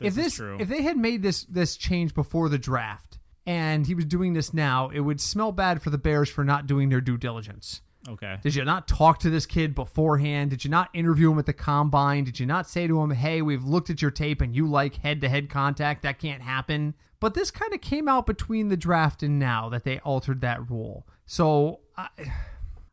Speaker 2: if this if they had made this this change before the draft and he was doing this now, it would smell bad for the Bears for not doing their due diligence.
Speaker 1: okay.
Speaker 2: Did you not talk to this kid beforehand? Did you not interview him at the combine? Did you not say to him, hey, we've looked at your tape and you like head to head contact? That can't happen. But this kind of came out between the draft and now that they altered that rule. So I,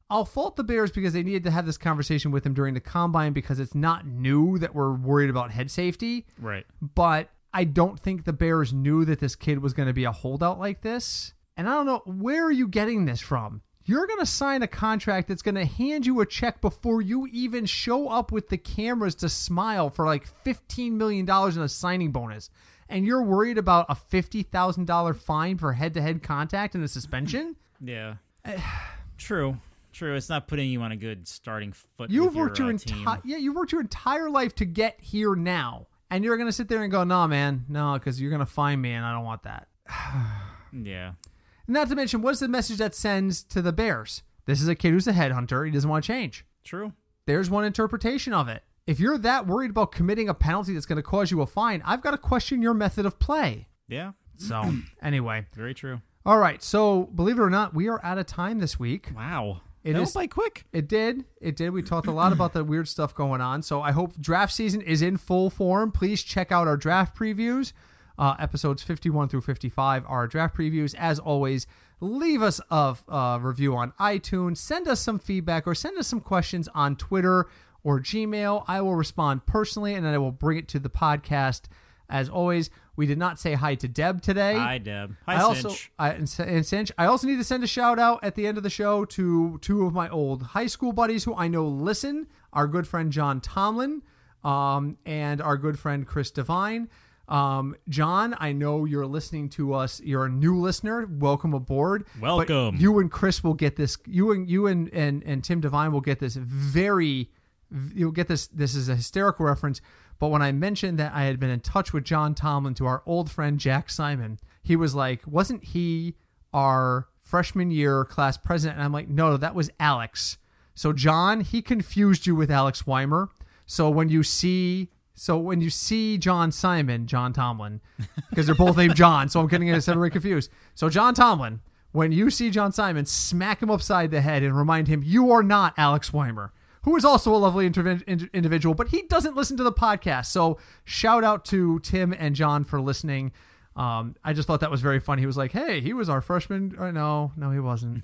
Speaker 2: I'll fault the Bears because they needed to have this conversation with him during the combine because it's not new that we're worried about head safety.
Speaker 1: Right.
Speaker 2: But I don't think the Bears knew that this kid was going to be a holdout like this. And I don't know where are you getting this from? You're going to sign a contract that's going to hand you a check before you even show up with the cameras to smile for like $15 million in a signing bonus. And you're worried about a $50,000 fine for head to head contact and a suspension?
Speaker 1: Yeah. true. True. It's not putting you on a good starting foot.
Speaker 2: You've
Speaker 1: with your,
Speaker 2: worked your
Speaker 1: uh,
Speaker 2: entire
Speaker 1: team.
Speaker 2: yeah, you worked your entire life to get here now, and you're gonna sit there and go, "Nah, man, no," because you're gonna find me, and I don't want that.
Speaker 1: Yeah.
Speaker 2: Not to mention, what's the message that sends to the Bears? This is a kid who's a headhunter. He doesn't want to change.
Speaker 1: True.
Speaker 2: There's one interpretation of it. If you're that worried about committing a penalty that's going to cause you a fine, I've got to question your method of play.
Speaker 1: Yeah.
Speaker 2: So, anyway.
Speaker 1: Very true.
Speaker 2: All right. So, believe it or not, we are out of time this week.
Speaker 1: Wow.
Speaker 2: It
Speaker 1: It that
Speaker 2: is-
Speaker 1: went by quick.
Speaker 2: It did. It did. We talked a lot about the weird stuff going on. So I hope draft season is in full form. Please check out our draft previews. Uh, episodes 51 through 55 are draft previews. As always, leave us a uh, review on iTunes. Send us some feedback or send us some questions on Twitter or Gmail. I will respond personally and then I will bring it to the podcast. As always, We did not say hi to Deb today.
Speaker 1: Hi, Deb. Hi,
Speaker 2: I also
Speaker 1: Cinch.
Speaker 2: I, and, Cin- and Cinch. I also need to send a shout out at the end of the show to two of my old high school buddies who I know listen. Our good friend John Tomlin, um, and our good friend Chris Devine. Um, John, I know you're listening to us. You're a new listener. Welcome aboard. But
Speaker 1: Welcome.
Speaker 2: you and Chris will get this. You and you and and, and Tim Devine will get this very. You'll get this. This is a hysterical reference. But when I mentioned that I had been in touch with John Tomlin to our old friend Jack Simon, he was like, "Wasn't he our freshman year class president?" And I'm like, "No, that was Alex." So John, he confused you with Alex Weimer. So when you see so when you see John Simon, John Tomlin, because they're both named John, so I'm getting it everybody confused. So John Tomlin, when you see John Simon, smack him upside the head and remind him you are not Alex Weimer, who is also a lovely interven- in- individual, but he doesn't listen to the podcast. So shout out to Tim and John for listening. Um, I just thought that was very funny. He was like, "Hey, he was our freshman." Or, no, no, he wasn't.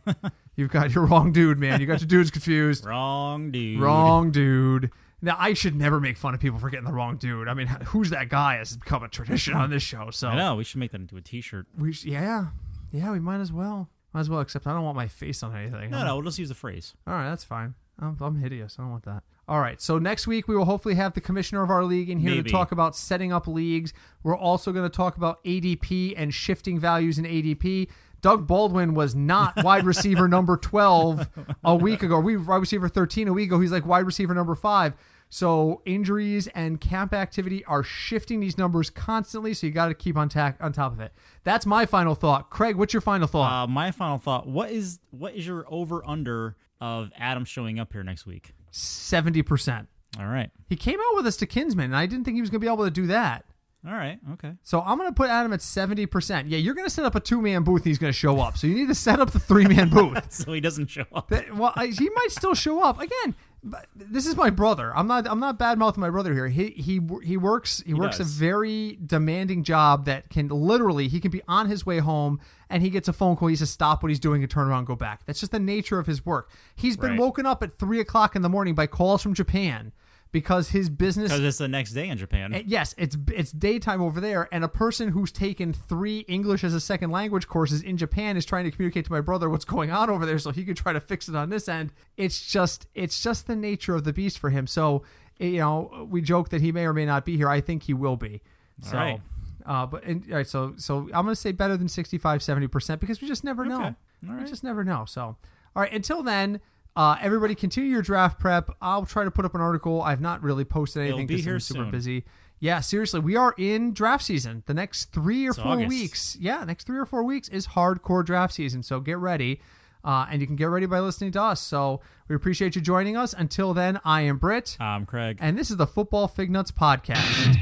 Speaker 2: You've got your wrong dude, man. You got your dudes confused.
Speaker 1: Wrong dude.
Speaker 2: Wrong dude. Now I should never make fun of people for getting the wrong dude. I mean, who's that guy has become a tradition on this show.
Speaker 1: I
Speaker 2: So
Speaker 1: know. We should make that into a T-shirt.
Speaker 2: we, sh- yeah, yeah, we might as well, might as well. Except I don't want my face on anything.
Speaker 1: No, no. We'll just use the phrase.
Speaker 2: All right, that's fine. I'm, I'm hideous. I don't want that. All right, so next week we will hopefully have the commissioner of our league in here
Speaker 1: Maybe.
Speaker 2: to talk about setting up leagues. We're also going to talk about ADP and shifting values in ADP. Doug Baldwin was not wide receiver number 12 a week ago. We wide receiver 13 a week ago. He's like wide receiver number 5. So injuries and camp activity are shifting these numbers constantly, so you got to keep on tack on top of it. That's my final thought. Craig, what's your final thought?
Speaker 1: Uh, my final thought: What is what is your over under of Adam showing up here next week?
Speaker 2: 70%.
Speaker 1: All right,
Speaker 2: He came out with us to Kinsman, and I didn't think he was going to be able to do that.
Speaker 1: all right, okay.
Speaker 2: So I'm going to put Adam at 70%. Yeah, you're going to set up a two man booth, and he's going to show up. So you need to set up the three man booth.
Speaker 1: So he doesn't show up.
Speaker 2: That- well, I, he might still show up again. But this is my brother. I'm not. I'm not bad mouthing my brother here. He he he works. He, works
Speaker 1: does.
Speaker 2: a very demanding job that can literally. He can be on his way home and he gets a phone call. He says stop what he's doing and turn around and go back. That's just the nature of his work. He's been
Speaker 1: Right.
Speaker 2: woken up at three o'clock in the morning by calls from Japan because his business
Speaker 1: Because it's the next day in Japan.
Speaker 2: Uh, Yes, it's it's daytime over there, and a person who's taken three English as a second language courses in Japan is trying to communicate to my brother what's going on over there, so he could try to fix it on this end. It's just it's just the nature of the beast for him. So eh, you know, we joke that he may or may not be here. I think he will be. So,
Speaker 1: right.
Speaker 2: uh, but and, all right, so so I'm gonna say better than 65, 70 percent because we just never know.
Speaker 1: All
Speaker 2: We
Speaker 1: right.
Speaker 2: just never know. So all right, until then. Uh, everybody, continue your draft prep. I'll try to put up an article. I've not really posted anything
Speaker 1: be
Speaker 2: because
Speaker 1: here
Speaker 2: I'm super
Speaker 1: soon.
Speaker 2: busy busy. Yeah, seriously, we are in draft season. The next three or four
Speaker 1: August.
Speaker 2: weeks, yeah, next three or four weeks is hardcore draft season. So get ready, uh, and you can get ready by listening to us. So we appreciate you joining us. Until then, I am Britt,
Speaker 1: Um, Craig.
Speaker 2: and this is the Football Fig Nuts podcast.